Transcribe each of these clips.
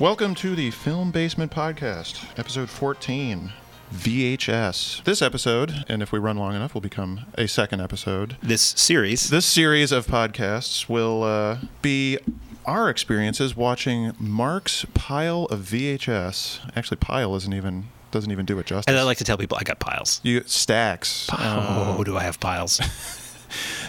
Welcome to the Film Basement Podcast, episode 14, VHS. This episode, and if we run long enough, will become a second episode. this series. This series of podcasts will uh, be our experiences watching Mark's pile of VHS. Actually, pile isn't even doesn't even do it justice. and I like to tell people I got piles. you stacks. Oh, do I have piles?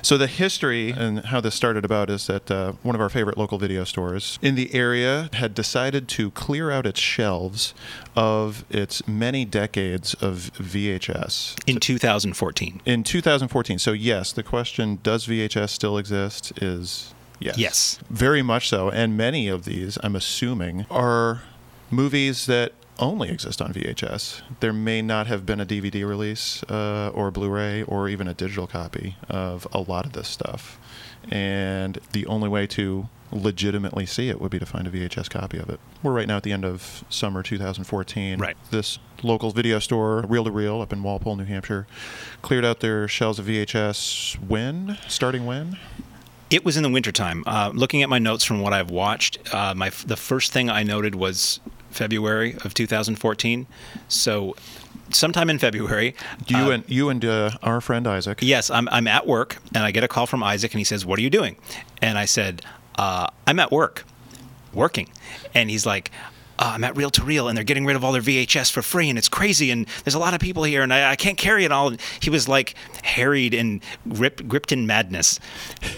So the history and how this started about is that uh, one of our favorite local video stores in the area had decided to clear out its shelves of its many decades of VHS. In 2014. In 2014, so yes, the question does VHS still exist is yes. Yes. Very much so, and many of these, I'm assuming, are movies that only exist on VHS. There may not have been a DVD release uh, or a Blu-ray or even a digital copy of a lot of this stuff, and the only way to legitimately see it would be to find a VHS copy of it. We're right now at the end of summer 2014. Right. This local video store, Reel to Reel, up in Walpole, New Hampshire, cleared out their shelves of VHS when? Starting when? It was in the wintertime. Uh, looking at my notes from what I've watched, uh, my f- the first thing I noted was February of 2014. So, sometime in February, You and you and uh, our friend Isaac. Yes, I'm, I'm at work and I get a call from Isaac and he says, What are you doing? And I said, uh, I'm at work, working. And he's like, uh, I'm at Reel to Reel and they're getting rid of all their VHS for free and it's crazy and there's a lot of people here and I, I can't carry it all. And he was like harried and grip, gripped in madness.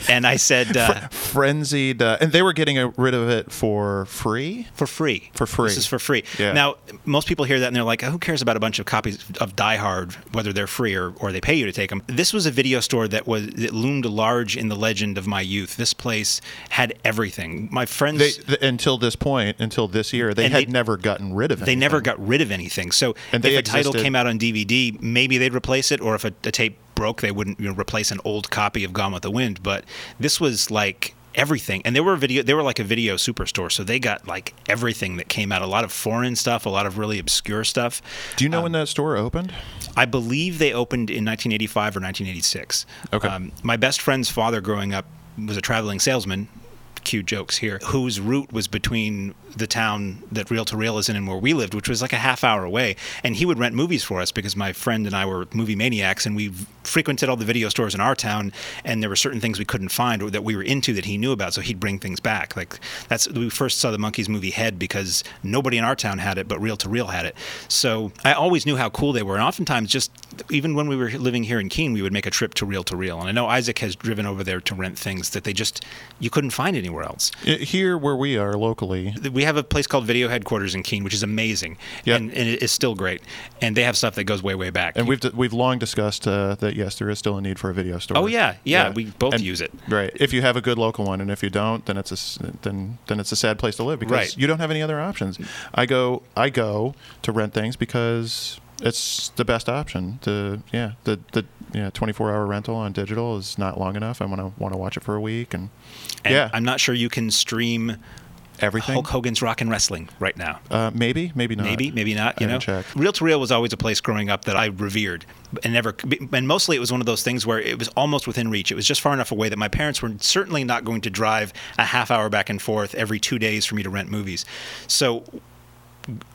And I said, uh, frenzied, uh, and they were getting uh, rid of it for free. For free. For free. This is for free. Yeah. Now, most people hear that and they're like, who cares about a bunch of copies of Die Hard, whether they're free or, or they pay you to take them? This was a video store that was that loomed large in the legend of my youth. This place had everything. My friends. They, th- until this point, until this year, they And had they- never gotten rid of it. they never got rid of anything. So And if they a title existed- came out on DVD, maybe they'd replace it, or if a, a tape broke, they wouldn't you know, replace an old copy of Gone with the Wind. But this was like everything, and they were a video. They were like a video superstore, so they got like everything that came out. A lot of foreign stuff, a lot of really obscure stuff. Do Um, you know when that store opened? I believe they opened in 1985 or 1986. Okay. my best friend's father growing up was a traveling salesman. Cue jokes here. Whose route was between the town that Reel to Reel is in and where we lived, which was like a half hour away. And he would rent movies for us because my friend and I were movie maniacs, and we frequented all the video stores in our town. And there were certain things we couldn't find or that we were into that he knew about, so he'd bring things back. Like that's we first saw the Monkeys movie Head because nobody in our town had it, but Reel to Reel had it. So I always knew how cool they were, and oftentimes just even when we were living here in Keene, we would make a trip to Reel to Reel. And I know Isaac has driven over there to rent things that they just you couldn't find anywhere else. I- Here, where we are locally, We have a place called Video Headquarters in Keene, which is amazing, Yep. and, and it is still great. And they have stuff that goes way way back. and we've d- we've long discussed uh, that yes, there is still a need for a video store. Oh, yeah. Yeah, we both And- use it. Right. If you have a good local one, and if you don't, then it's a s- then then it's a sad place to live because Right. you don't have any other options. I go I go to rent things because it's the best option. The yeah the the yeah 24 hour rental on digital is not long enough. I want to want to watch it for a week and, And yeah I'm not sure you can stream everything. Hulk Hogan's Rock and Wrestling right now. Uh, maybe maybe not. Maybe, maybe not. I You know, didn't check. Reel to Reel was always a place growing up that I revered, and never. And mostly, it was one of those things where it was almost within reach. It was just far enough away that my parents were certainly not going to drive a half hour back and forth every two days for me to rent movies. So,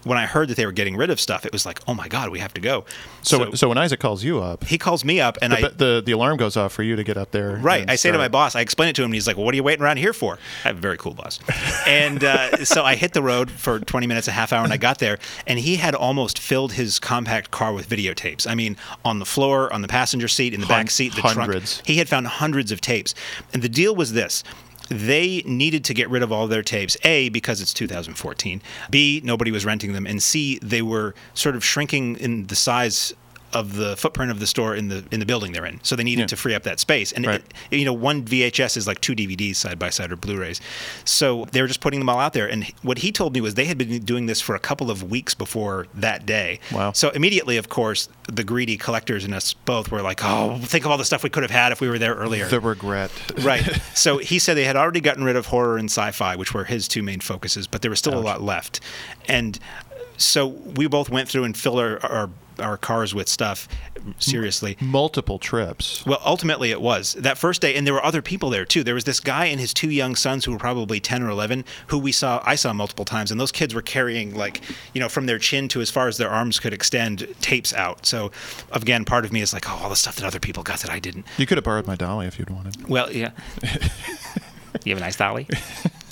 when I heard that they were getting rid of stuff, it was like, oh my god, we have to go. So, so when Isaac calls you up, he calls me up, and I. the, the the alarm goes off for you to get up there. Right. and I say to start. my boss, I explain it to him, and he's like, well, What are you waiting around here for? I have a very cool boss. And uh, so I hit the road for 20 minutes, a half hour, and I got there, and he had almost filled his compact car with videotapes. I mean, on the floor, on the passenger seat, in the Hun- back seat, the hundreds. trunk. He had found hundreds of tapes. And the deal was this. They needed to get rid of all their tapes, A, because it's 2014, B, nobody was renting them, and C, they were sort of shrinking in the size of the footprint of the store in the in the building they're in. So they needed Yeah. to free up that space. And Right. it, you know, one VHS is like two DVDs side by side or Blu-rays. So they were just putting them all out there. And what he told me was they had been doing this for a couple of weeks before that day. Wow. So immediately, of course, the greedy collectors and us both were like, "Oh, think of all the stuff we could have had if we were there earlier." the regret. right. So he said they had already gotten rid of horror and sci-fi, which were his two main focuses, but there was still a lot left. And so we both went through and filled our, our our cars with stuff. Seriously. Multiple trips. Well, ultimately it was that first day, and there were other people there too. There was this guy and his two young sons who were probably ten or eleven, who we saw I saw multiple times, and those kids were carrying like you know from their chin to as far as their arms could extend tapes out. So again, part of me is like, oh, all the stuff that other people got that I didn't. You could have borrowed my dolly if you'd wanted. Well, yeah. you have a nice dolly.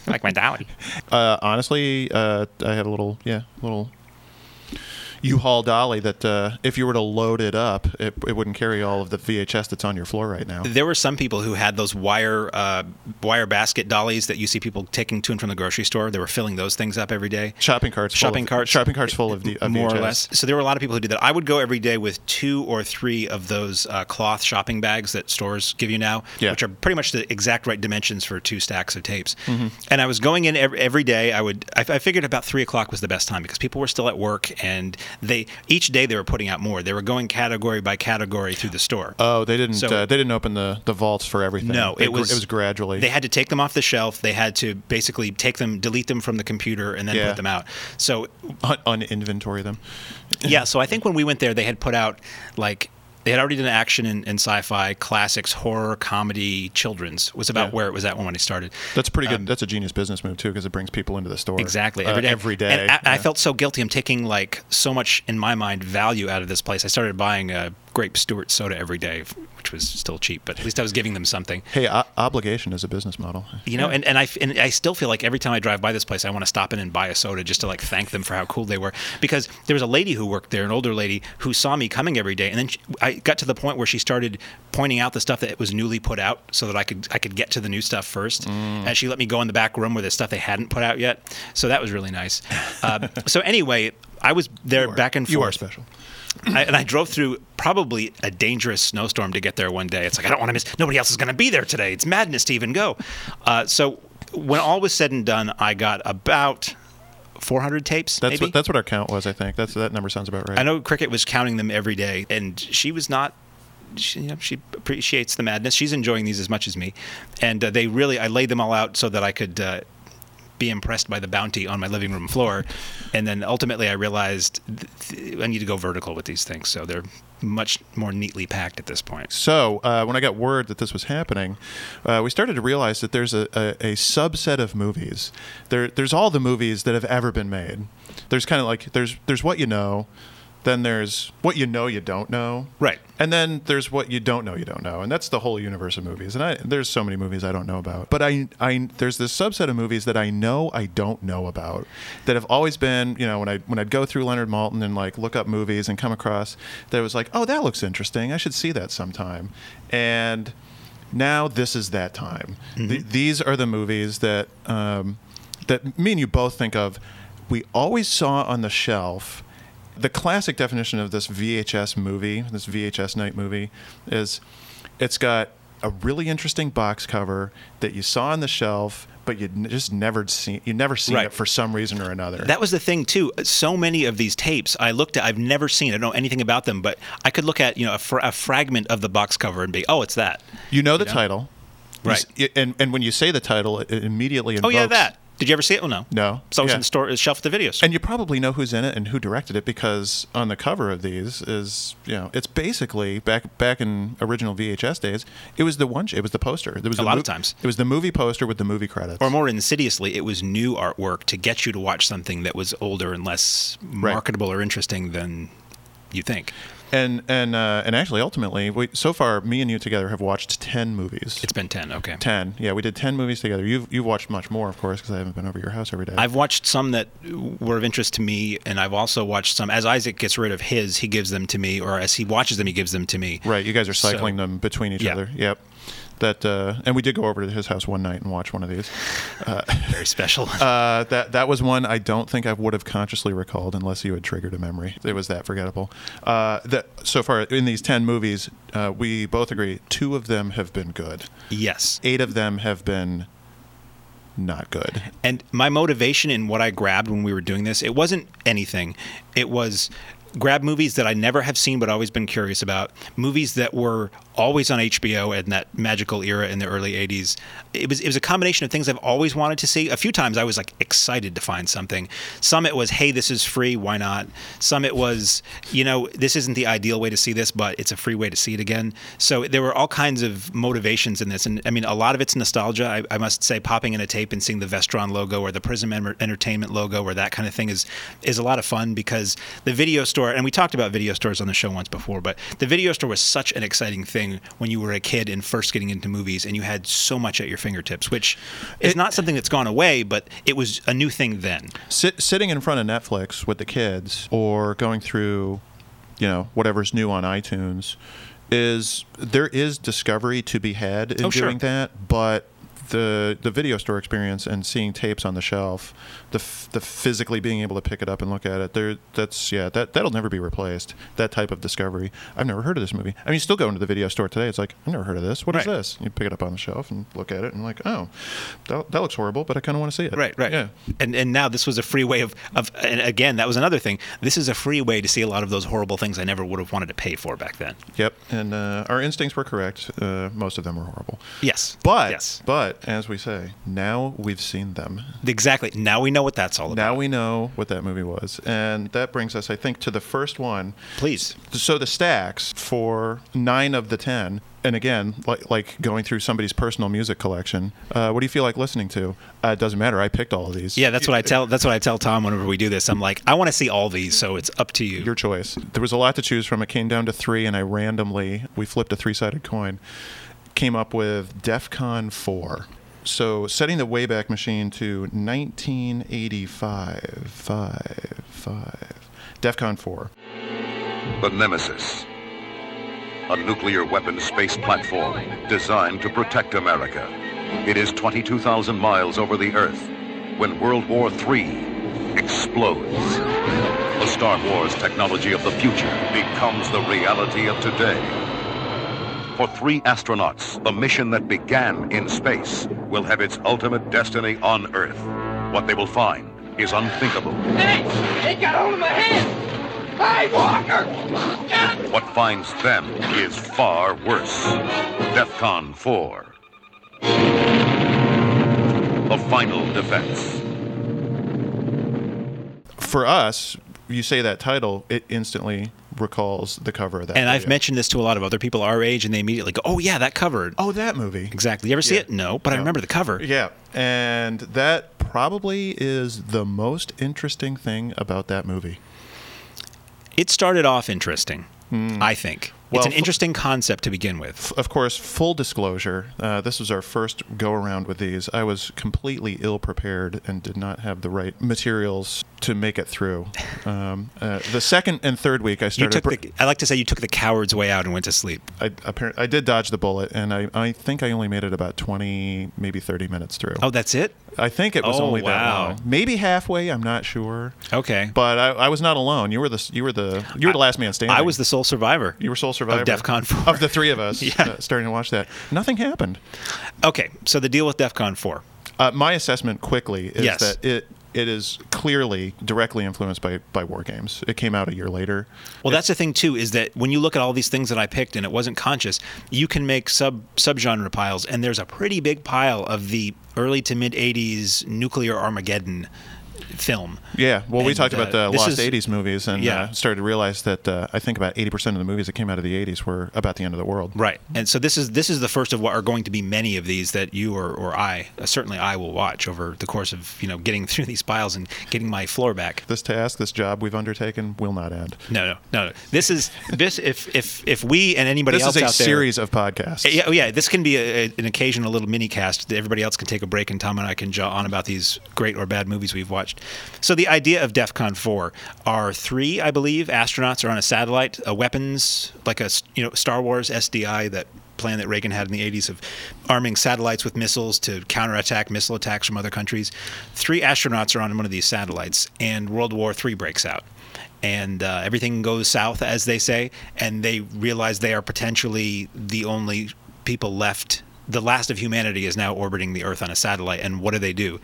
I like my dolly. Uh, honestly, uh, I had a little, yeah, little U-Haul dolly that uh, if you were to load it up, it, it wouldn't carry all of the VHS that's on your floor right now. There were some people who had those wire uh, wire basket dollies that you see people taking to and from the grocery store. They were filling those things up every day. Shopping carts. full Shopping of, carts. Shopping carts full of, D- of more or VHS. less. So there were a lot of people who did that. I would go every day with two or three of those uh, cloth shopping bags that stores give you now, Yeah. which are pretty much the exact right dimensions for two stacks of tapes. Mm-hmm. And I was going in every, every day. I would. I, I figured about three o'clock was the best time because people were still at work, and they each day they were putting out more. They were going category by category through the store. Oh, they didn't. So- uh, they didn't open the, the vaults for everything. No, They it gr- was it was gradually. They had to take them off the shelf. They had to basically take them, delete them from the computer, and then Yeah. put them out. So un- uninventory them. yeah, so I think when we went there, they had put out like they had already done action and, and sci-fi, classics, horror, comedy, children's was about Yeah. where it was at when I started. That's pretty good. that's a genius business move too, because it brings people into the store. Um, Exactly. uh, Every day. Every day. And I, I Yeah. felt so guilty. I'm taking like so much in my mind value out of this place. I started buying a grape Stewart soda every day, which was still cheap, but at least I was giving them something. Hey, o- obligation is a business model. You know, and, and I and I still feel like every time I drive by this place, I want to stop in and buy a soda just to like thank them for how cool they were. Because there was a lady who worked there, an older lady who saw me coming every day, and then she, I got to the point where she started pointing out the stuff that was newly put out, so that I could I could get to the new stuff first. Mm. And she let me go in the back room where the stuff they hadn't put out yet. So that was really nice. Uh, so anyway, I was there back and forth. You are special. I, and I drove through probably a dangerous snowstorm to get there one day. It's like I don't want to miss. Nobody else is going to be there today. It's madness to even go. Uh, so when all was said and done, I got about 400 tapes. That's maybe? what that's what our count was. I think that's that number sounds about right. I know Cricket was counting them every day, and she was not. She, you know, she appreciates the madness. She's enjoying these as much as me, and uh, they really. I laid them all out so that I could uh, be impressed by the bounty on my living room floor, and then ultimately I realized th- th- I need to go vertical with these things. So they're much more neatly packed at this point. So uh, when I got word that this was happening, uh, we started to realize that there's a, a, a subset of movies. There, there's all the movies that have ever been made. There's kind of like there's there's what you know, then there's what you know you don't know, Right. And then there's what you don't know you don't know, and that's the whole universe of movies. And I, there's so many movies I don't know about, but I, I there's this subset of movies that I know I don't know about that have always been, you know, when I when I'd go through Leonard Maltin and like look up movies and come across that it was like, oh, that looks interesting. I should see that sometime, and now this is that time. Th- these are the movies that um, that me and you both think of. We always saw on the shelf. The classic definition of this VHS movie, this VHS night movie, is it's got a really interesting box cover that you saw on the shelf, but you would just never seen. You never seen Right. it for some reason or another. That was the thing too. So many of these tapes I looked at, I've never seen. I don't know anything about them, but I could look at you know a, fr- a fragment of the box cover and be, oh, it's that. you know the title, You s- Right. And and when you say the title, it immediately invokes. Oh yeah, that. Did you ever see it? Oh no. No. So it was Yeah. in the store, it was shelf at the videos. And you probably know who's in it and who directed it because on the cover of these is you know it's basically back back in original VHS days it was the one it was the poster there was A the lot of times. it was the movie poster with the movie credits or more insidiously, it was new artwork to get you to watch something that was older and less marketable or interesting than you think. and and uh, and actually ultimately we, so far me and you together have watched ten movies It's been ten. Okay. ten yeah we did ten movies together you've you've watched much more of course because I haven't been over your house every day. I've watched some that were of interest to me, and I've also watched some. As Isaac gets rid of his, he gives them to me, or as he watches them, he gives them to me. Right, you guys are cycling So- them between each Yeah. other. Yep. That uh, and we did go over to his house one night and watch one of these. Very special. Uh, that that was one I don't think I would have consciously recalled unless you had triggered a memory. It was that forgettable. Uh, that so far in these ten movies, uh, we both agree two of them have been good. yes. Eight of them have been not good. And my motivation in what I grabbed when we were doing this, it wasn't anything. It was grab movies that I never have seen but always been curious about, movies that were always on HBO in that magical era in the early 80s. It was it was a combination of things I've always wanted to see. A few times I was like excited to find something. Some it was, "Hey, this is free, why not?" Some it was, you know, this isn't the ideal way to see this, but it's a free way to see it again. So there were all kinds of motivations in this and I mean a lot of it's nostalgia. I, I must say popping in a tape and seeing the Vestron logo or the Prism Emer- Entertainment logo or that kind of thing is is a lot of fun because the video store and we talked about video stores on the show once before, but the video store was such an exciting thing when you were a kid and first getting into movies, and you had so much at your fingertips, which is not something that's gone away, but it was a new thing then. Sit, sitting in front of Netflix with the kids or going through, you know, whatever's new on iTunes is there is discovery to be had in Oh, sure. doing that, but the the video store experience and seeing tapes on the shelf, the f- the physically being able to pick it up and look at it, there that's yeah that that'll never be replaced. That type of discovery. I've never heard of this movie. I mean, still going to the video store today, it's like I've never heard of this. What is Right. this? You pick it up on the shelf and look at it and like oh, that, that looks horrible, but I kind of want to see it. Right, right. Yeah. And and now this was a free way of, of and again, that was another thing. This is a free way to see a lot of those horrible things I never would have wanted to pay for back then. Yep, and uh, our instincts were correct. Uh, most of them were horrible. Yes. But yes. but as we say, now we've seen them. Exactly. Now we know what that's all about. Now we know what that movie was, and that brings us, I think, to the first one. Please. So the stacks for nine of the ten, and again, like like going through somebody's personal music collection. Uh, what do you feel like listening to? Uh, it doesn't matter. I picked all of these. Yeah, that's what I tell that's what I tell Tom whenever we do this. I'm like, I want to see all these, so it's up to you. Your choice. There was a lot to choose from. It came down to three, and I randomly we flipped a three-sided coin. Came up with DefCon four. So setting the Wayback Machine to 1985, five, five. DefCon four. The Nemesis. A nuclear weapon space platform designed to protect America. It is 22,000 miles over the Earth when World War III explodes. The Star Wars technology of the future becomes the reality of today. For three astronauts, the mission that began in space will have its ultimate destiny on Earth. What they will find is unthinkable. Hey, it got hold of my hand! Hey, Walker! Get him! What finds them is far worse. DEFCON 4. The final defense. For us, you say that title, it instantly recalls the cover of that. And I've video. mentioned this to a lot of other people our age, and they immediately go, "Oh yeah, that covered." Oh, that movie. exactly. You ever see Yeah. it? No, but I No. remember the cover. Yeah, and that probably is the most interesting thing about that movie. It started off interesting, I think. Well, it's an f- interesting concept to begin with. of course, full disclosure, uh, this was our first go around with these. I was completely ill prepared and did not have the right materials to make it through. Um, uh, the second and third week, I You started. took pre- the, I like to say you took the coward's way out and went to sleep. I, appar- I did dodge the bullet, and I, I think I only made it about 20, maybe 30 minutes through. Oh, that's it. I think it was Oh, only wow. that long. Maybe halfway, I'm not sure. Okay. But I, I was not alone. You were the you were the you were the last man standing. I was the sole survivor. you were sole survivor of DEFCON 4. of the three of us Yeah. uh, starting to watch that. Nothing happened. Okay, so the deal with DEFCON 4. Uh, my assessment quickly is Yes. that it it is clearly directly influenced by by war games. It came out a year later. Well, that's the thing too is that when you look at all these things that I picked and it wasn't conscious, you can make sub subgenre piles, and there's a pretty big pile of the early to mid '80s nuclear Armageddon film. Yeah, well, we And, talked uh, about the this lost is- '80s movies, and Yeah. uh, started to realize that uh, I think about 80 percent of the movies that came out of the '80s were about the end of the world. Right, and so this is this is the first of what are going to be many of these that you or, or I uh, certainly I will watch over the course of you know getting through these piles and getting my floor back. This task, this job we've undertaken, will not end. No, no, no, no. This is this if if if we and anybody This else is a out there, series of podcasts. Yeah, oh, yeah. This can be a, a- an occasional little mini cast. that Everybody else can take a break, and Tom and I can jaw on about these great or bad movies we've watched. So the idea of DEFCON four are three, I believe, astronauts are on a satellite, a weapons like a s- you know Star Wars SDI that plan that Reagan had in the 80s of arming satellites with missiles to counterattack missile attacks from other countries. Three astronauts are on one of these satellites, and World War III breaks out and uh, everything goes south, as they say, and they realize they are potentially the only people left the last of humanity is now orbiting the Earth on a satellite, and what do they do?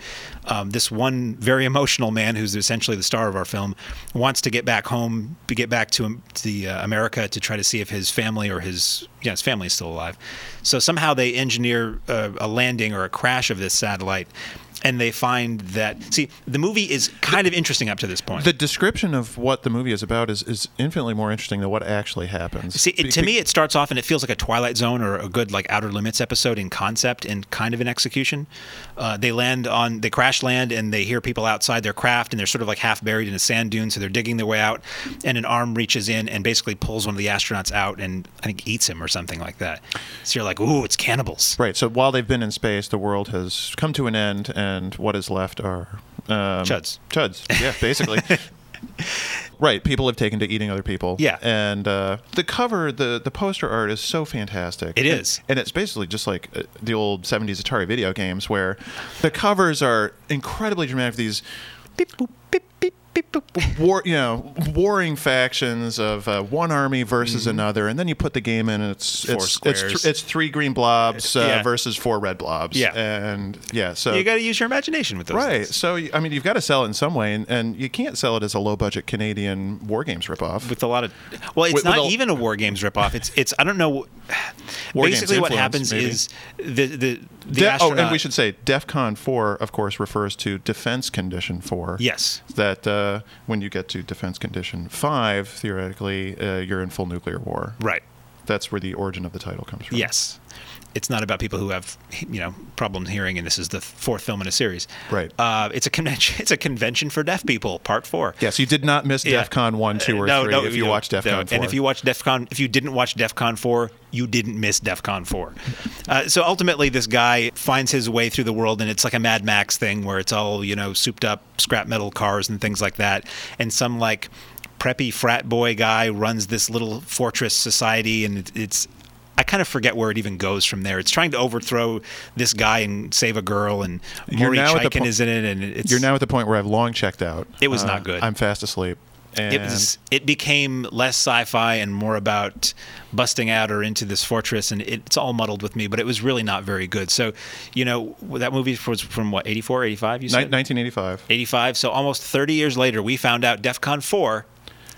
Um, this one very emotional man, who's essentially the star of our film, wants to get back home, to get back to, to the uh, America to try to see if his family or his yeah his family is still alive. So somehow they engineer a, a landing or a crash of this satellite. And they find that see the movie is kind of interesting up to this point. The description of what the movie is about is, is infinitely more interesting than what actually happens. See, it, to me, it starts off and it feels like a Twilight Zone or a good like Outer Limits episode in concept and kind of in execution. Uh, they land on, they crash land, and they hear people outside their craft, and they're sort of like half buried in a sand dune, so they're digging their way out. And an arm reaches in and basically pulls one of the astronauts out, and I think eats him or something like that. So you're like, ooh, it's cannibals. Right. So while they've been in space, the world has come to an end, and what is left are um, Chuds. Chuds. Yeah, basically. Right, people have taken to eating other people. Yeah. and uh, the cover, the the poster art is so fantastic. It And- is. and it's basically just like uh, the old '70s Atari video games, where the covers are incredibly dramatic. These war, you know, warring factions of uh, one army versus another, and then you put the game in, and it's Mm-hmm. Four it's it's, squares. it's three green blobs uh, Yeah. versus four red blobs. Yeah. and yeah, so You got to use your imagination with those. Right. things. So y- I mean, you've got to sell it in some way, and, and you can't sell it as a low budget Canadian war games ripoff. with a lot of well it's With- with not a- even a war games ripoff it's it's i don't know War Games basically what influence, happens maybe. is the the the De- oh, astronaut, and we should say DEF CON 4, of course, refers to Defense Condition 4. yes That uh, when you get to Defense Condition 5, theoretically, uh, you're in full nuclear war. right That's where the origin of the title comes from. yes it's not about people who have you know problems hearing and this is the fourth film in a series Right. uh, it's a convention it's a convention for deaf people part four Yes, you did not miss Yeah. Uh, DEF CON 1, 2, or No, 3 no, if you no, watched DEF no. CON 4. And if you watch DEF CON, if you didn't watch DEF CON 4, you didn't miss DEF CON 4. Uh, so ultimately, this guy finds his way through the world, and it's like a Mad Max thing where it's all, you know, souped up scrap metal cars and things like that. And some like preppy frat boy guy runs this little fortress society, and it- it's. I kind of forget where it even goes from there. It's trying to overthrow this guy and save a girl, and You're Maury now at the Chaikin po- is in it, and it's You're now at the point where I've long checked out. Uh, It was not good. I'm fast asleep. And it was it became less sci-fi and more about busting out or into this fortress and it, it's all muddled with me but it was really not very good so you know that movie was from what 84 85 you ni- said 1985. 85 so almost 30 years later we found out def con 4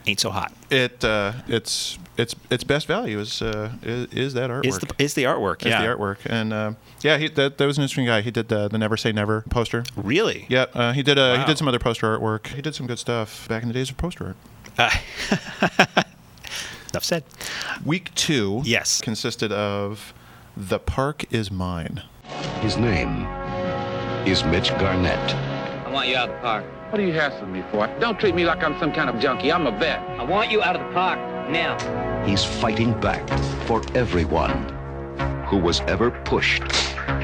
ain't so hot it uh, it's it's its best value is uh, is, is that artwork. is the, is the artwork Is yeah the artwork and uh, yeah, he, that that was an interesting guy. He did uh, the, the Never Say Never poster. really Yeah, uh, he did. Uh, He Wow. did some other poster artwork. He did some good stuff back in the days of poster art. enough said Week two, Yes. consisted of "The Park Is Mine." His name is Mitch Garnett. I want you out of the park. What are you hassling me for? Don't treat me like I'm some kind of junkie. I'm a vet. I want you out of the park now. He's fighting back for everyone who was ever pushed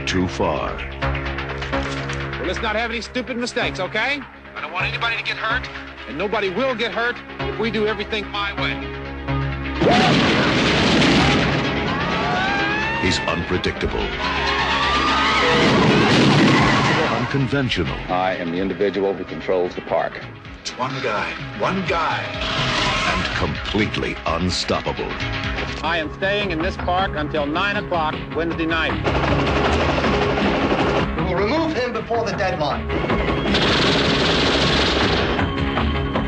too far. Well, let's not have any stupid mistakes, okay? I don't want anybody to get hurt, and nobody will get hurt if we do everything my way. He's unpredictable, unconventional, I am the individual who controls the park. and completely unstoppable. I am staying in this park until 9 o'clock Wednesday night. We will remove him before the deadline.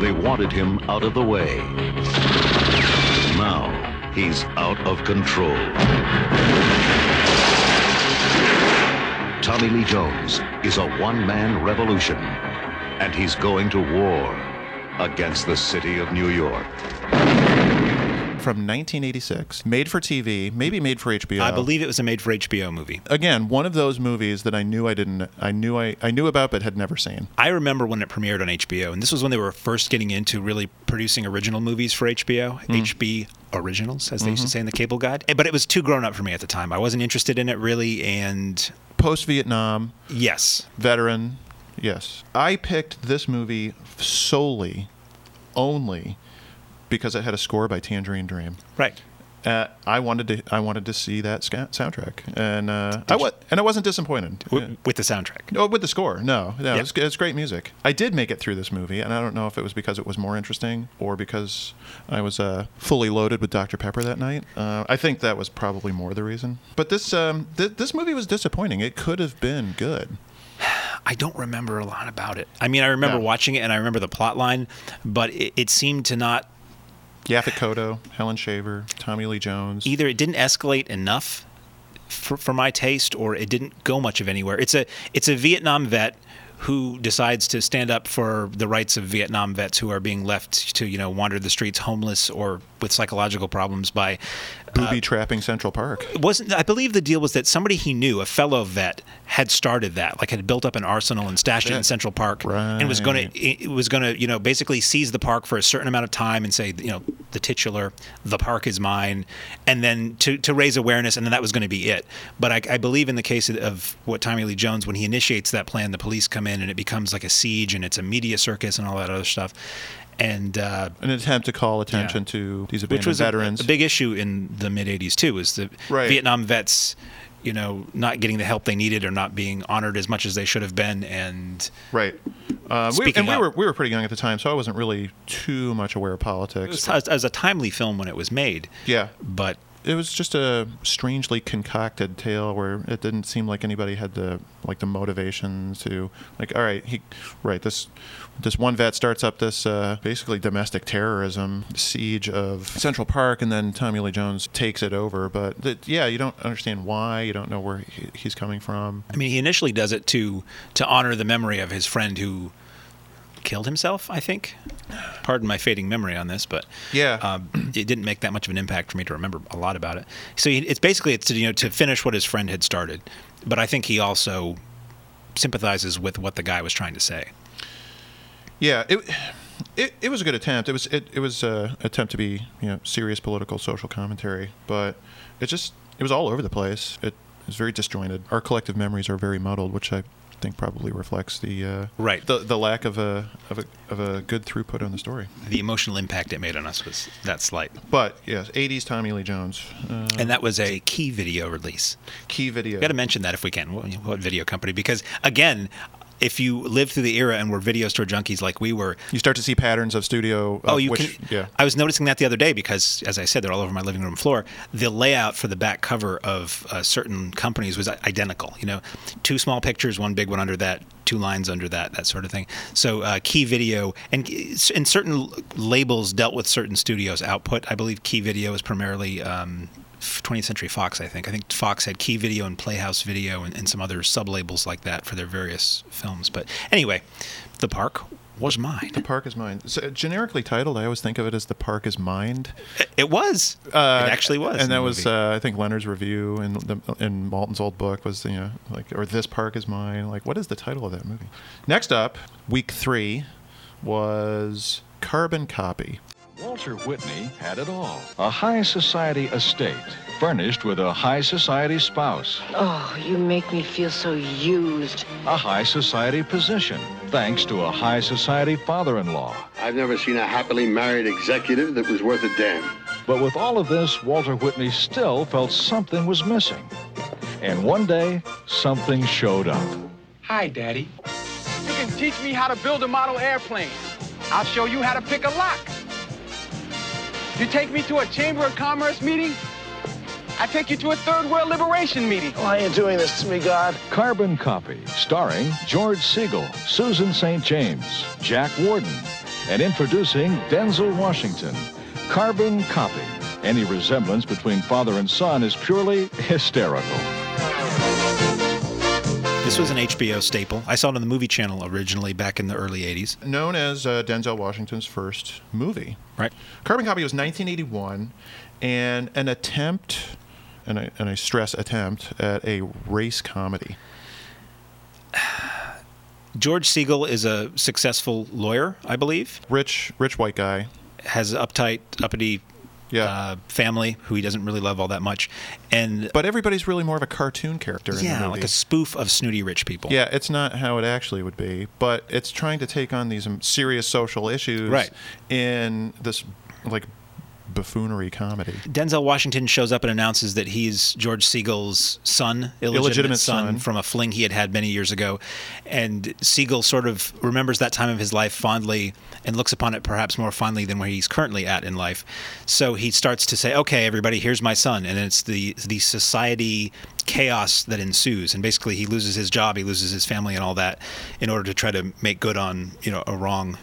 They wanted him out of the way. Now he's out of control. Tommy Lee Jones is a one man revolution, and he's going to war against the city of New York. From 1986, made for TV, maybe made for HBO. i believe it was a made for hbo movie Again, one of those movies that I knew I didn't, I knew I, I knew about but had never seen. I remember when it premiered on HBO, and this was when they were first getting into really producing original movies for HBO, HB originals, as they used to say in the cable guide. Eh, But it was too grown up for me at the time. I wasn't interested in it really, and Post Vietnam, yes, veteran. Yes. I picked this movie solely, only because it had a score by Tangerine Dream. right. Uh, I wanted to. I wanted to see that sca- soundtrack, and uh, I wa- and I wasn't disappointed. w- with the soundtrack. No, Oh, with the score. No, no, Yeah. it's, it's great music. I did make it through this movie, and I don't know if it was because it was more interesting or because I was uh, fully loaded with Dr Pepper that night. Uh, I think that was probably more the reason. But this um, th- this movie was disappointing. It could have been good. I don't remember a lot about it. I mean, I remember Yeah. watching it and I remember the plot line, but it, it seemed to not Yaphet Kotto, Helen Shaver, Tommy Lee Jones. either it didn't escalate enough for, for my taste or it didn't go much of anywhere. It's a it's a Vietnam vet who decides to stand up for the rights of Vietnam vets who are being left to you know wander the streets homeless or with psychological problems by Booby trapping Central Park. wasn't I believe the deal was that somebody he knew, a fellow vet, had started that, like had built up an arsenal and stashed it in Vet. Central Park, and was going Right. to it was going to you know basically seize the park for a certain amount of time and say you know the titular, the park is mine, and then to to raise awareness, and then that was going to be it. But I, I believe in the case of, of what Tommy Lee Jones, when he initiates that plan, the police come in and it becomes like a siege and it's a media circus and all that other stuff, and. Uh, An attempt to call attention to these abandoned which was a- veterans. A, big issue in the mid '80s too, is the Right. Vietnam vets, you know, not getting the help they needed or not being honored as much as they should have been, and Right. Uh, we, Speaking and we up. were we were pretty young at the time, so I wasn't really too much aware of politics. it was, it was a timely film when it was made. Yeah. but It was just a strangely concocted tale where it didn't seem like anybody had the like the motivation to like all right he right this this one vet starts up this uh, basically domestic terrorism siege of Central Park and then Tommy Lee Jones takes it over but th- yeah you don't understand why you don't know where he, he's coming from I mean, he initially does it to to honor the memory of his friend who killed himself. I think. Pardon my fading memory on this, but Yeah. um, it didn't make that much of an impact for me to remember a lot about it. So he, it's basically it's to you know to finish what his friend had started, but I think he also sympathizes with what the guy was trying to say. Yeah, it it, it was a good attempt. It was it, it was a attempt to be you know serious political social commentary, but it just it was all over the place. It was very disjointed. Our collective memories are very muddled, which I think probably reflects the uh, Right. the, the lack of a of a of a good throughput on the story. The emotional impact it made on us was that slight, But yes, '80s Tommy Lee Jones uh, and that was a key video release. key video. We got to mention that if we can. What, what video company? Because again, if you lived through the era and were video store junkies like we were, you start to see patterns of studio. uh, Oh, you which, can. Yeah. I was noticing that the other day because, as I said, they're all over my living room floor. The layout for the back cover of uh, certain companies was i- identical. You know, two small pictures, one big one under that, two lines under that, that sort of thing. So uh, Key Video and and certain l- labels dealt with certain studios' output. I believe Key Video is primarily. Um, 20th Century Fox, I think. I think Fox had Key Video and Playhouse Video and, and some other sub labels like that for their various films. But anyway, the park was mine. The park is mine. So uh, generically titled, I always think of it as "The Park is Mined." It was. Uh, it actually was. in and that the was movie. uh, I think Leonard's review in the, in Malton's old book was you know like or this park is mine. Like what is the title of that movie? Next up, week three was Carbon Copy. Walter Whitney had it all a high society estate, furnished with a high society spouse, Oh, you make me feel so used. a high society position, thanks to a high society father in law. I've never seen a happily married executive that was worth a damn. But with all of this, Walter Whitney still felt something was missing. And one day, something showed up. Hi, Daddy. You can teach me how to build a model airplane. I'll show you how to pick a lock. You take me to a Chamber of Commerce meeting. I take you to a Third World Liberation meeting. Why are you doing this to me, God? Carbon Copy, starring George Siegel, Susan St. James, Jack Warden, and introducing Denzel Washington. Carbon Copy. Any resemblance between father and son is purely hysterical. uh, this was an HBO staple. I saw it on the movie channel originally back in the early 80s. Known as uh, Denzel Washington's first movie, Right. Carbon Copy was 1981, and an attempt, and I, and I stress attempt at a race comedy. George Siegel is a successful lawyer, I believe, Rich, rich white guy. has an uptight, uppity Yeah. uh, family who he doesn't really love all that much. And but everybody's really more of a cartoon character in the yeah, movie. like a spoof of snooty rich people. Yeah, it's not how it actually would be, but it's trying to take on these um, serious social issues Right. in this like buffoonery comedy. Denzel Washington shows up and announces that he's George Siegel's son, illegitimate, Illegitimate son, son. from a fling he had had many years ago. And Siegel sort of remembers that time of his life fondly and looks upon it perhaps more fondly than where he's currently at in life. So he starts to say, "Okay, everybody, here's my son," and it's the the society chaos that ensues and basically he loses his job he loses his family and all that in order to try to make good on you know a wrong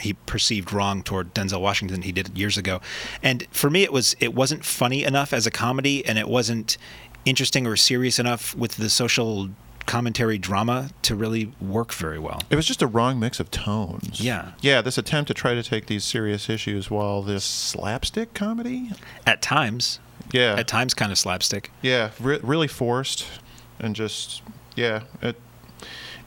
he perceived wrong toward Denzel Washington he did years ago. And for me it was it wasn't funny enough as a comedy and it wasn't interesting or serious enough with the social commentary drama to really work very well. It was just a wrong mix of tones. Yeah. Yeah, this attempt to try to take these serious issues while this slapstick comedy? At times. Yeah. At times kind of slapstick. Yeah, re- really forced and just yeah, it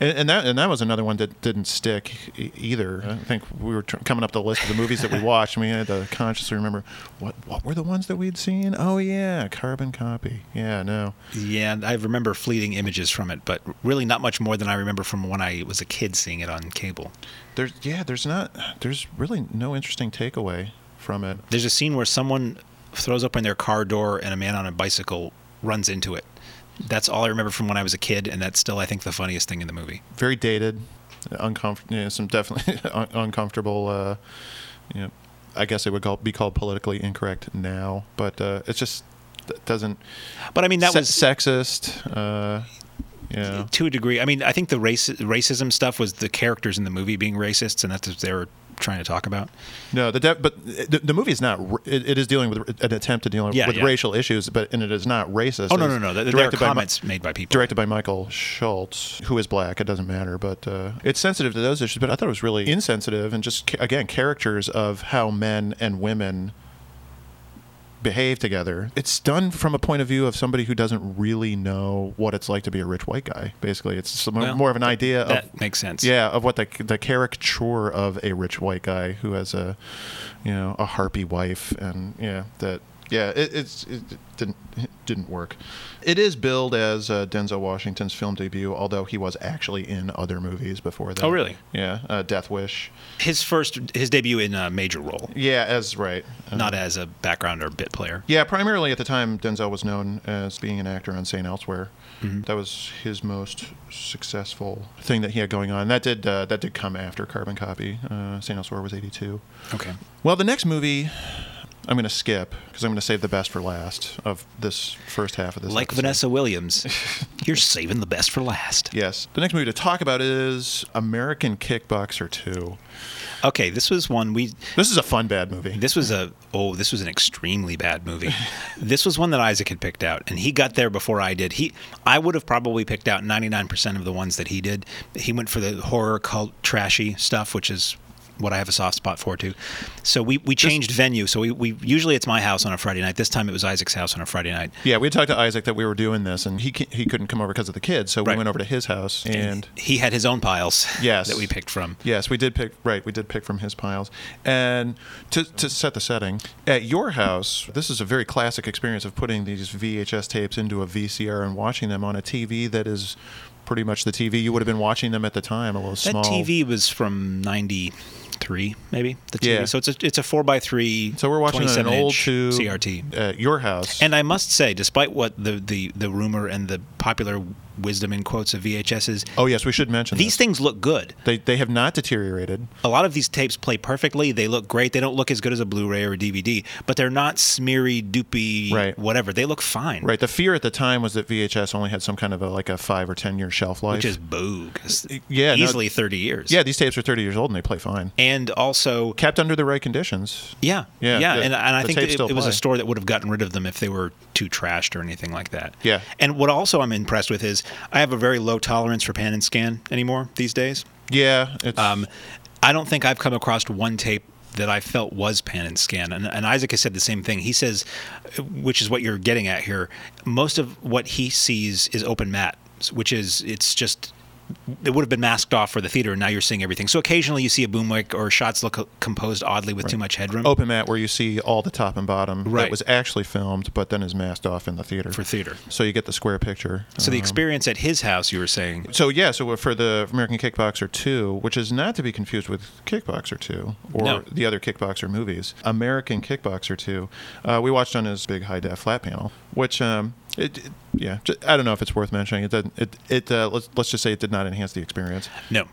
and, and that and that was another one that didn't stick e- either. I think we were tr- coming up the list of the movies that we watched, and we had to consciously remember what what were the ones that we'd seen. Oh yeah, Carbon Copy. Yeah, no. Yeah, and I remember fleeting images from it, but really not much more than I remember from when I was a kid seeing it on cable. There's yeah, there's not there's really no interesting takeaway from it. There's a scene where someone throws open their car door and a man on a bicycle runs into it. That's all I remember from when I was a kid, and that's still, I think, the funniest thing in the movie. Very dated, uncomfortable. You know, some definitely un- uncomfortable. Uh, you know, I guess it would call, be called politically incorrect now, but uh, it's just it doesn't. But I mean, that se- was sexist. Uh, yeah. to a degree. I mean, I think the race racism stuff was the characters in the movie being racists, and that's what they were trying to talk about. No, the de- but the, the movie is not. r- It, it is dealing with an attempt to deal Yeah, with yeah. racial issues, but and it is not racist. Oh no, It no, is no! There, there are directed by Mi- comments made by people. Directed by Michael Schultz, who is black, it doesn't matter, but uh, it's sensitive to those issues. But I thought it was really insensitive and just, ca- again, characters of how men and women behave together. It's done from a point of view of somebody who doesn't really know what it's like to be a rich white guy, basically. It's some, Well, more of an idea that of. makes sense. Oh, Yeah, of what the, the caricature of a rich white guy who has a, you know, a harpy wife, and yeah, that yeah, it, it's it didn't it didn't work. It is billed as uh, Denzel Washington's film debut, although he was actually in other movies before that. Oh, really? Yeah, uh, Death Wish. His first, his debut in a major role, Yeah, as right. Uh, not as a background or bit player. yeah, primarily at the time, Denzel was known as being an actor on St. Elsewhere. Mm-hmm. That was his most successful thing that he had going on. That did uh, that did come after Carbon Copy. Uh, St. Elsewhere was eighty two. Okay. Well, the next movie I'm going to skip because I'm going to save the best for last of this first half of this. Like episode. Vanessa Williams, you're saving the best for last. Yes. The next movie to talk about is American Kickboxer 2. Okay, this was one we This is a fun bad movie. This was a oh, this was an extremely bad movie. this was one that Isaac had picked out, and he got there before I did. He, I would have probably picked out ninety nine percent of the ones that he did. He went for the horror, cult, trashy stuff, which is what I have a soft spot for too. So we, we changed venue. So we, we usually it's my house on a Friday night. This time it was Isaac's house on a Friday night. yeah, we talked to Isaac that we were doing this, and he ca- he couldn't come over because of the kids, so we Right. went over to his house and. He had his own piles Yes. that we picked from. Yes, we did pick right. We did pick from his piles, and to to set the setting at your house. This is a very classic experience of putting these VHS tapes into a VCR and watching them on a TV that is pretty much the TV you would have been watching them at the time. A little That small TV was from ninety three, maybe the TV. Yeah. So it's a it's a four by three. So we're watching an 27 old inch tube CRT. at your house, And I must say, despite what the, the, the rumor and the popular wisdom in quotes of VHSs, oh yes, we should mention these this. things look good. They they have not deteriorated. A lot of these tapes play perfectly. They look great. They don't look as good as a Blu-ray or a DVD, but they're not smeary, doopy, Right. whatever. They look fine. Right. The fear at the time was that VHS only had some kind of a like a five or ten year shelf life. Which is bogus. Uh, yeah, no- Easily 30 years. yeah, these tapes are thirty years old and they play fine. And also, Kept under the right conditions. yeah, Yeah, yeah, the- and, and I the think tapes it, still it was play. a store that would have gotten rid of them if they were too trashed or anything like that. Yeah. And what also I'm impressed with is I have a very low tolerance for pan and scan anymore these days. Yeah. It's, Um, I don't think I've come across one tape that I felt was pan and scan. And, and Isaac has said the same thing. He says, which is what you're getting at here, most of what he sees is open mat, which is it's just it would have been masked off for the theater, and now you're seeing everything. So occasionally you see a boom wick or shots look composed oddly with too much headroom. Open mat where you see all the top and bottom Right. that was actually filmed, but then is masked off in the theater. For theater. So you get the square picture. So the Um, experience at his house, you were saying, So yeah, so for the American Kickboxer 2, which is not to be confused with Kickboxer 2 or No. the other Kickboxer movies, American Kickboxer 2, uh, we watched on his big high def flat panel, which um, it, it- yeah, ju- I don't know if it's worth mentioning. It doesn't. It it uh, let's let's just say it did not enhance the experience. No.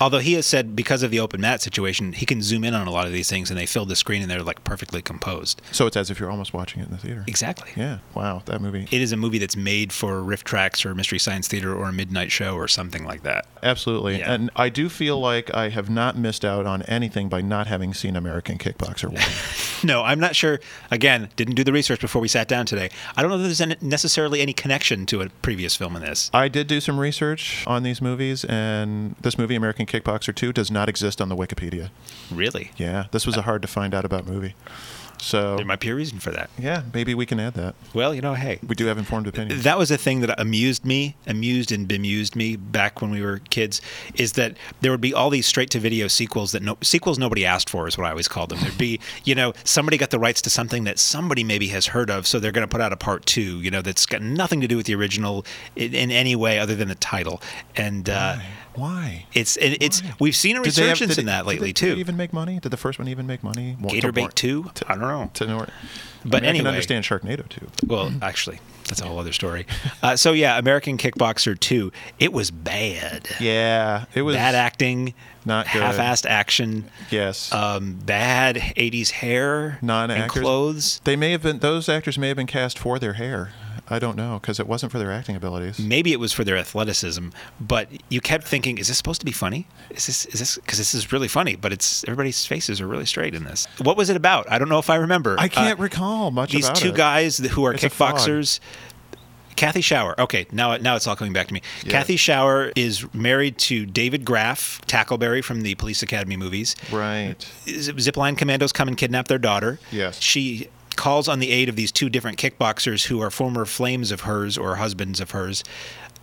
Although he has said because of the open mat situation, he can zoom in on a lot of these things and they fill the screen and they're like perfectly composed. So it's as if you're almost watching it in the theater. Exactly. Yeah. Wow, that movie. It is a movie that's made for riff tracks or mystery science theater or a midnight show or something like that. Absolutely. Yeah. And I do feel like I have not missed out on anything by not having seen American Kickboxer 1. No, I'm not sure. Again, didn't do the research before we sat down today. I don't know that there's any, necessarily any connection to a previous film in this. I did do some research on these movies, and this movie, American Kickboxer 2, does not exist on the Wikipedia. Really? Yeah, this was a hard to find out about movie. So, There might be a reason for that. yeah, maybe we can add that. Well, you know, hey. We do have informed opinions. that was a thing that amused me, amused and bemused me back when we were kids, is that there would be all these straight to video sequels that no sequels nobody asked for is what I always called them. There'd be, you know, somebody got the rights to something that somebody maybe has heard of, so they're going to put out a part two, you know, that's got nothing to do with the original in, in any way other than the title. And uh, Why? it's it, it's Why? we've seen a Did they have- resurgence did in it- that lately did it, Did too. it even make money? Did the first one even make money? Well, Gator to Bait warrant- two? I don't know. To Hmm. nor- I But mean, I can anyway. understand Sharknado too. Well, actually, that's a whole other story. Uh, so yeah, American Kickboxer two. It was bad. Yeah, it was bad acting, not good. half-assed action, Yes, um, bad '80s hair, and non-actors. clothes. They may have been; those actors may have been cast for their hair. I don't know because it wasn't for their acting abilities. Maybe it was for their athleticism, but you kept thinking, "Is this supposed to be funny? Is this is this because this is really funny?" But it's everybody's faces are really straight in this. What was it about? I don't know if I remember. I can't Uh, recall much These about two it. guys th- who are It's a fog. kickboxers. Kathy Shower. Okay, now now it's all coming back to me. Kathy Shower is married to David Graff Tackleberry from the Police Academy movies. Right. Z- Zipline commandos come and kidnap their daughter. Yes. She calls on the aid of these two different kickboxers who are former flames of hers or husbands of hers,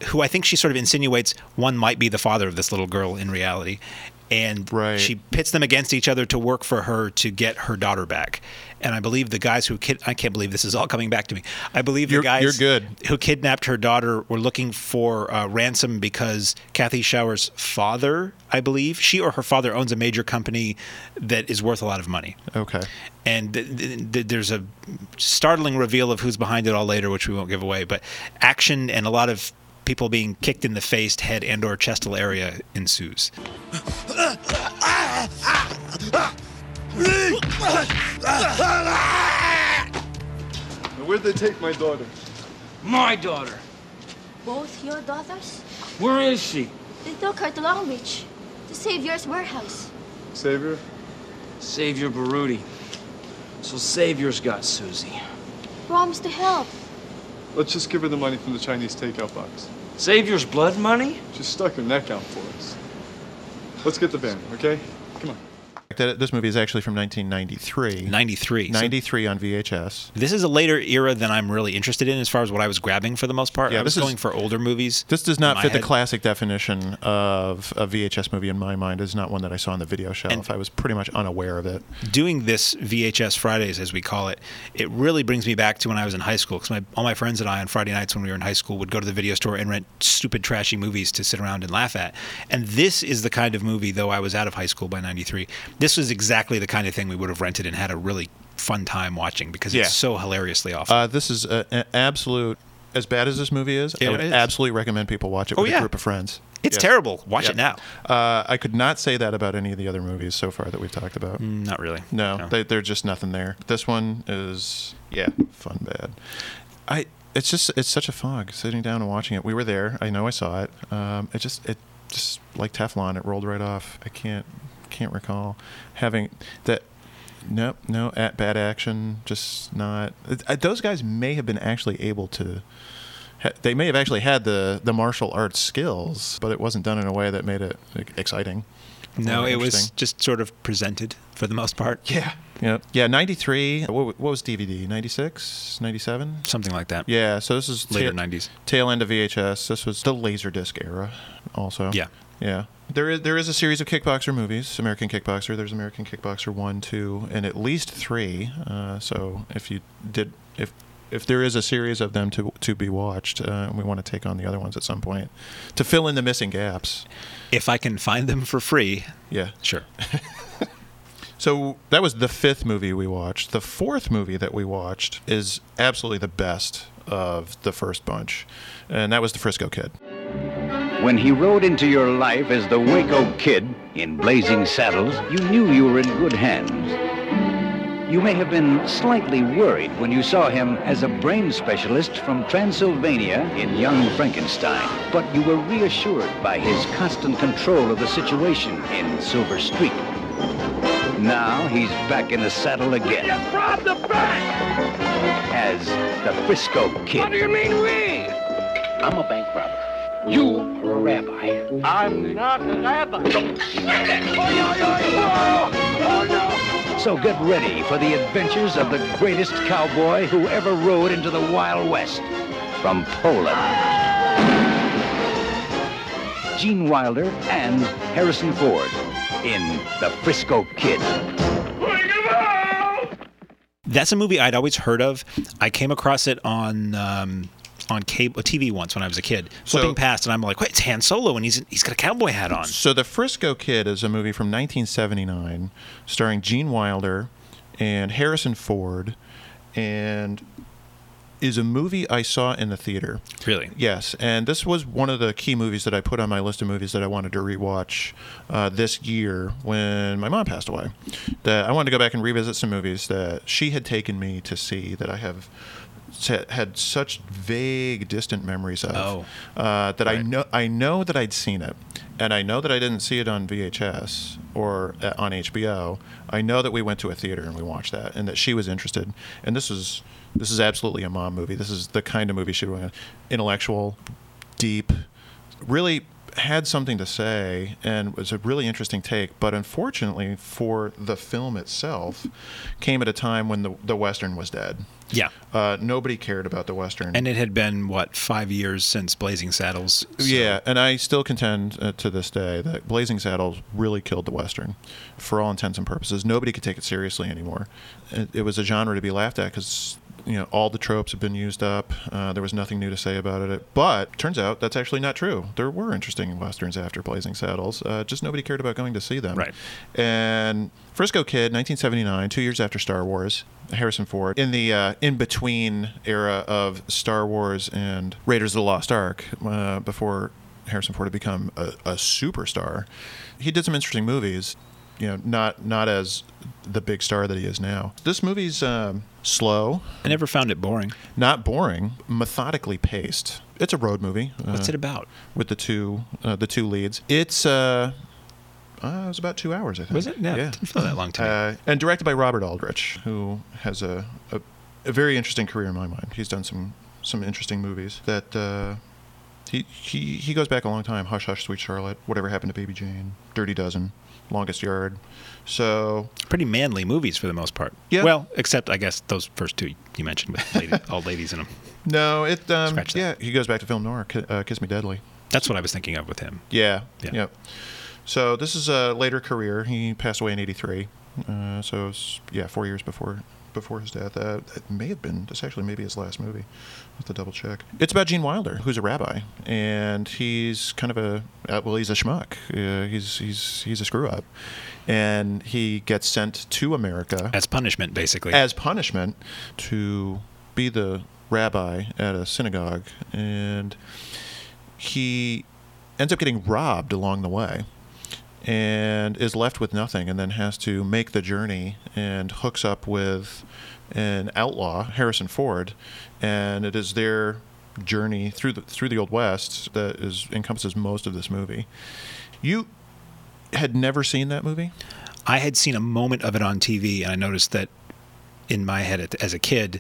who I think she sort of insinuates one might be the father of this little girl in reality. And Right. she pits them against each other to work for her to get her daughter back. And I believe the guys who kid I can't believe this is all coming back to me. I believe You're- the guys you're good. who kidnapped her daughter were looking for uh, ransom because Kathy Shower's father, I believe, she or her father owns a major company that is worth a lot of money. Okay. And th- th- th- there's a startling reveal of who's behind it all later, which we won't give away. But action and a lot of people being kicked in the face, head, and/or chestal area ensues. Where'd they take my daughter? My daughter. Both your daughters? Where is she? They took her to Long Beach, to Savior's warehouse. Savior? Savior Baruti. So Savior's got Susie. Promised to help. Let's just give her the money from the Chinese takeout box. Savior's blood money? She stuck her neck out for us. Let's get the van, okay? Come on. That- This movie is actually from 1993. 93. So 93 on VHS. This is a later era than I'm really interested in as far as what I was grabbing for the most part. Yeah, I was this is- going for older movies. This does in not my fit the head. classic definition of a VHS movie in my mind. It's not one that I saw on the video shelf. I was pretty much unaware of it. Doing this VHS Fridays, as we call it, it really brings me back to when I was in high school because my, all my friends and I on Friday nights when we were in high school would go to the video store and rent stupid, trashy movies to sit around and laugh at. And this is the kind of movie, though I was out of high school by 93, this was exactly the kind of thing we would have rented and had a really fun time watching because Yeah. it's so hilariously awful. Uh, this is a- an absolute, as bad as this movie is, Yeah, I would it is. absolutely recommend people watch it Oh, with yeah. a group of friends. it's Yes. terrible. Watch Yeah. it now. Uh, I could not say that about any of the other movies so far that we've talked about. Not really. No, They, they're just nothing there. This one is yeah, fun bad. I it's just it's such a fog sitting down and watching it. We were there. I know I saw it. Um, it just it just like Teflon, it rolled right off. I can't can't recall having that. Nope, no at bad action, just not. uh, Those guys may have been actually able to. ha- They may have actually had the the martial arts skills, but it wasn't done in a way that made it like, exciting. No, or it was interesting. just sort of presented for the most part. Yeah. Yep. Yeah, 93. What, wa- what was DVD? 96, 97? Something like that. Yeah, so this is Later tail- 90s. Tail end of VHS. This was the Laserdisc era, also. Yeah. Yeah. There is there is a series of kickboxer movies. American Kickboxer. There's American Kickboxer one, two, and at least three. Uh, so if you did if if there is a series of them to to be watched, uh, and we want to take on the other ones at some point to fill in the missing gaps. If I can find them for free. Yeah. Sure. So that was the fifth movie we watched. The fourth movie that we watched is absolutely the best of the first bunch, and that was The Frisco Kid. When he rode into your life as the Waco Kid in Blazing Saddles, you knew you were in good hands. You may have been slightly worried when you saw him as a brain specialist from Transylvania in Young Frankenstein, but you were reassured by his constant control of the situation in Silver Streak. Now he's back in the saddle again. You robbed the bank! As the Frisco Kid. What do you mean we? I'm a bank robber. You are a rabbi. I'm not a rabbi. Oy, oy, oy, whoa! Oh, no! So get ready for the adventures of the greatest cowboy who ever rode into the Wild West. From Poland. Gene Wilder and Harrison Ford in The Frisco Kid. That's a movie I'd always heard of. I came across it on um, on cable TV once when I was a kid, flipping So- past, and I'm like, "Wait, it's Han Solo, and he's he's got a cowboy hat on." So The Frisco Kid is a movie from 1979, starring Gene Wilder and Harrison Ford, and is a movie I saw in the theater. Really? Yes, and this was one of the key movies that I put on my list of movies that I wanted to rewatch uh, this year when my mom passed away. That I wanted to go back and revisit some movies that she had taken me to see that I have sa- had such vague, distant memories of. uh, that I know I know that I'd seen it, and I know that I didn't see it on VHS or uh, on HBO. I know that we went to a theater and we watched that, and that she was interested. And this is this is absolutely a mom movie. This is the kind of movie she would intellectual, deep, really had something to say and was a really interesting take but unfortunately for the film itself came at a time when the, the western was dead Yeah. uh, nobody cared about the western And it had been what five years since Blazing Saddles. Yeah, and I still contend uh, to this day that Blazing Saddles really killed the Western for all intents and purposes. Nobody could take it seriously anymore. It, it was a genre to be laughed at because. You know, all the tropes had been used up. Uh, there was nothing new to say about it. But turns out that's actually not true. There were interesting westerns after Blazing Saddles. Uh, just nobody cared about going to see them. Right. And Frisco Kid, 1979, two years after Star Wars, Harrison Ford in the uh, in between era of Star Wars and Raiders of the Lost Ark, uh, before Harrison Ford had become a, a superstar, he did some interesting movies. You know, not not as the big star that he is now. This movie's um, slow. I never found it boring. Not boring, methodically paced. It's a road movie. uh, What's it about? With the two uh, the two leads, it's. Uh, uh, it was about two hours, I think. Was it? No, it didn't feel that long to me. Uh, and directed by Robert Aldrich, who has a, a, a very interesting career in my mind. He's done some, some interesting movies that uh, he, he, he goes back a long time. Hush Hush Sweet Charlotte, Whatever Happened to Baby Jane, Dirty Dozen, Longest Yard. So pretty manly movies for the most part. Yeah. Well, except I guess those first two you mentioned with lady, all ladies in them. No, it um, yeah. He goes back to film noir, Ki- uh, Kiss Me Deadly. That's what I was thinking of with him. Yeah. Yeah. Yep. So this is a later career. He passed away in '83. Uh, so it was, yeah, four years before before his death. Uh, it may have been. This actually may be his last movie. I'll have to double check. It's about Gene Wilder, who's a rabbi, and he's kind of a uh, well, he's a schmuck. Uh, he's he's he's a screw up, and he gets sent to America as punishment, basically. As punishment to be the rabbi at a synagogue, and he ends up getting robbed along the way and is left with nothing and then has to make the journey and hooks up with an outlaw Harrison Ford and it is their journey through the through the old west that is encompasses most of this movie you had never seen that movie I had seen a moment of it on TV, and I noticed that in my head at- as a kid,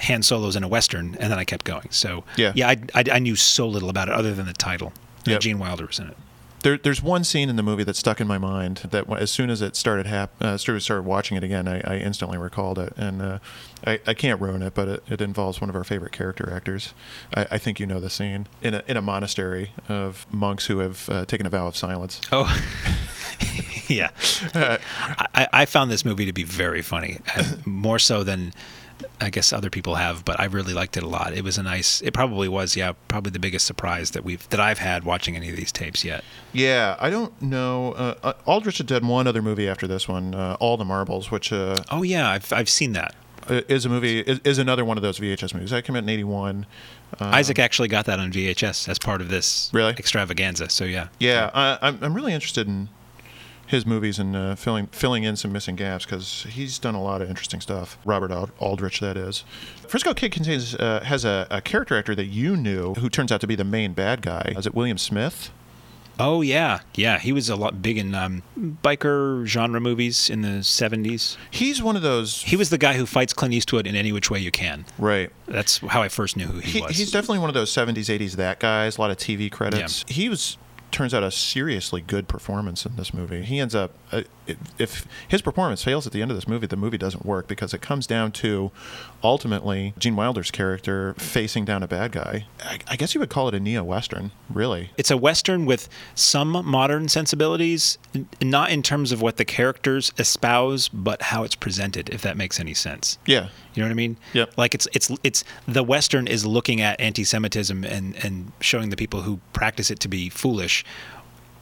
Han Solo's in a western, and then I kept going. So Yeah. yeah, I, I, I knew so little about it other than the title. Yeah, Gene Wilder was in it. There, there's one scene in the movie that stuck in my mind that when- as soon as it started hap- uh, as soon as I started watching it again, I, I instantly recalled it, and uh, I, I can't ruin it, but it, it involves one of our favorite character actors. I, I think you know the scene in a, in a monastery of monks who have uh, taken a vow of silence. Oh, yeah. I, I found this movie to be very funny, and more so than I guess other people have, but I really liked it a lot. It was a nice. It probably was, yeah, probably the biggest surprise that we've that I've had watching any of these tapes yet. Yeah, I don't know. Uh, uh, Aldrich had done one other movie after this one, uh, All the Marbles, which uh, oh yeah, I've I've seen that. Is a movie is, is another one of those VHS movies that came out in '81. Isaac actually got that on VHS as part of this Uh-huh. really? extravaganza. So yeah, Yeah, I, I'm I'm really interested in his movies and uh, filling filling in some missing gaps because he's done a lot of interesting stuff. Robert Ald- Aldrich, that is. Frisco Kid contains uh, has a, a character actor that you knew who turns out to be the main bad guy. Is it William Smith? Oh yeah, yeah. He was a lot big in um, biker genre movies in the '70s. He's one of those. He was the guy who fights Clint Eastwood in any which way you can. Right. That's how I first knew who he, He, was. he's definitely one of those 70s, 80s that guys. A lot of TV credits. He was turns out a seriously good performance in this movie. He ends up uh, if- if his performance fails at the end of this movie, the movie doesn't work because it comes down to ultimately Gene Wilder's character facing down a bad guy. I, I guess you would call it a neo western, really. It's a western with some modern sensibilities, n- not in terms of what the characters espouse, but how it's presented. If that makes any sense. Yeah. You know what I mean? Yep. Like it's it's it's the Western is looking at anti-Semitism and and showing the people who practice it to be foolish,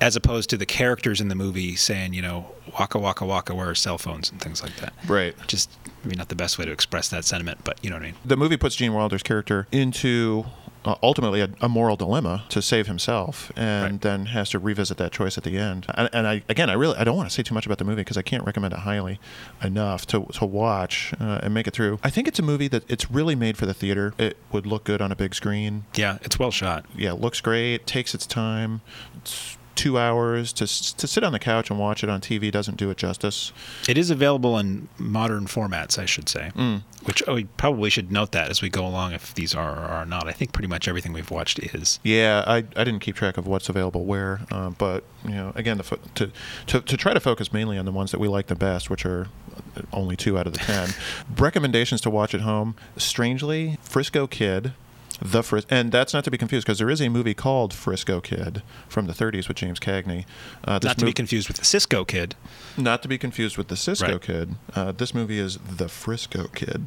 as opposed to the characters in the movie saying, you know, waka waka waka, where are cell phones and things like that. Right. Just maybe not the best way to express that sentiment, but you know what I mean. The movie puts Gene Wilder's character into uh, ultimately a, a moral dilemma to save himself, and then has to revisit that choice at the end. And, and I again, I really I don't want to say too much about the movie because I can't recommend it highly enough to to watch uh, and make it through. I think it's a movie that it's really made for the theater. It would look good on a big screen. Yeah, it's well shot. Yeah, it looks great. Takes its time. It's two hours to s- to sit on the couch and watch it on TV doesn't do it justice. It is available in modern formats, I should say. Mm. Which oh, we probably should note that as we go along, if these are or are not. I think pretty much everything we've watched is. Yeah, I, I didn't keep track of what's available where, um, but you know, again, the fo- to, to to try to focus mainly on the ones that we like the best, which are uh, only two out of the ten. Recommendations to watch at home: strangely, Frisco Kid, the Fris- and that's not to be confused because there is a movie called Frisco Kid from the '30s with James Cagney. Uh, Not to be mov- confused with the Cisco Kid. not to be confused with the Cisco Right. Kid. Uh, this movie is the Frisco Kid.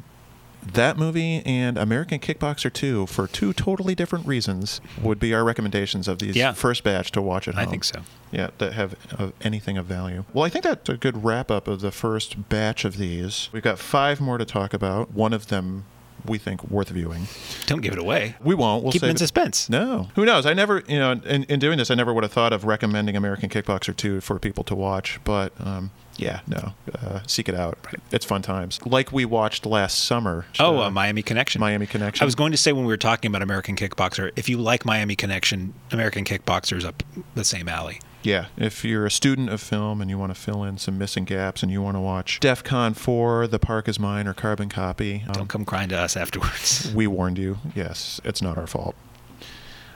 That movie and American Kickboxer 2, for two totally different reasons, would be our recommendations of these Yeah. first batch to watch at I home. think so. Yeah, that have uh, anything of value. Well, I think that's a good wrap up of the first batch of these. We've got five more to talk about. One of them we think worth viewing. Don't give it away. We won't. We'll Keep them save in it. suspense. No. Who knows? I never, you know, in, in doing this, I never would have thought of recommending American Kickboxer 2 for people to watch. But um, yeah, no. Uh, seek it out. It's fun times. Like we watched last summer. Oh, uh, Miami Connection. Miami Connection. I was going to say when we were talking about American Kickboxer, if you like Miami Connection, American Kickboxer's up the same alley. Yeah, if you're a student of film and you want to fill in some missing gaps and you want to watch DEF CON 4, The Park Is Mine, or Carbon Copy. um, Don't come crying to us afterwards. We warned you. Yes, it's not our fault.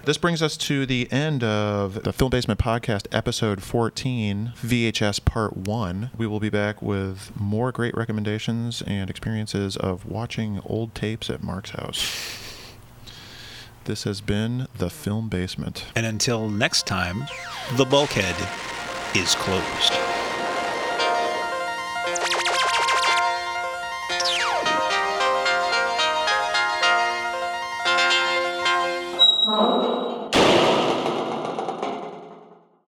This brings us to the end of the Film Basement Podcast, episode 14, VHS Part 1. We will be back with more great recommendations and experiences of watching old tapes at Mark's house. This has been The Film Basement. And until next time, the bulkhead is closed.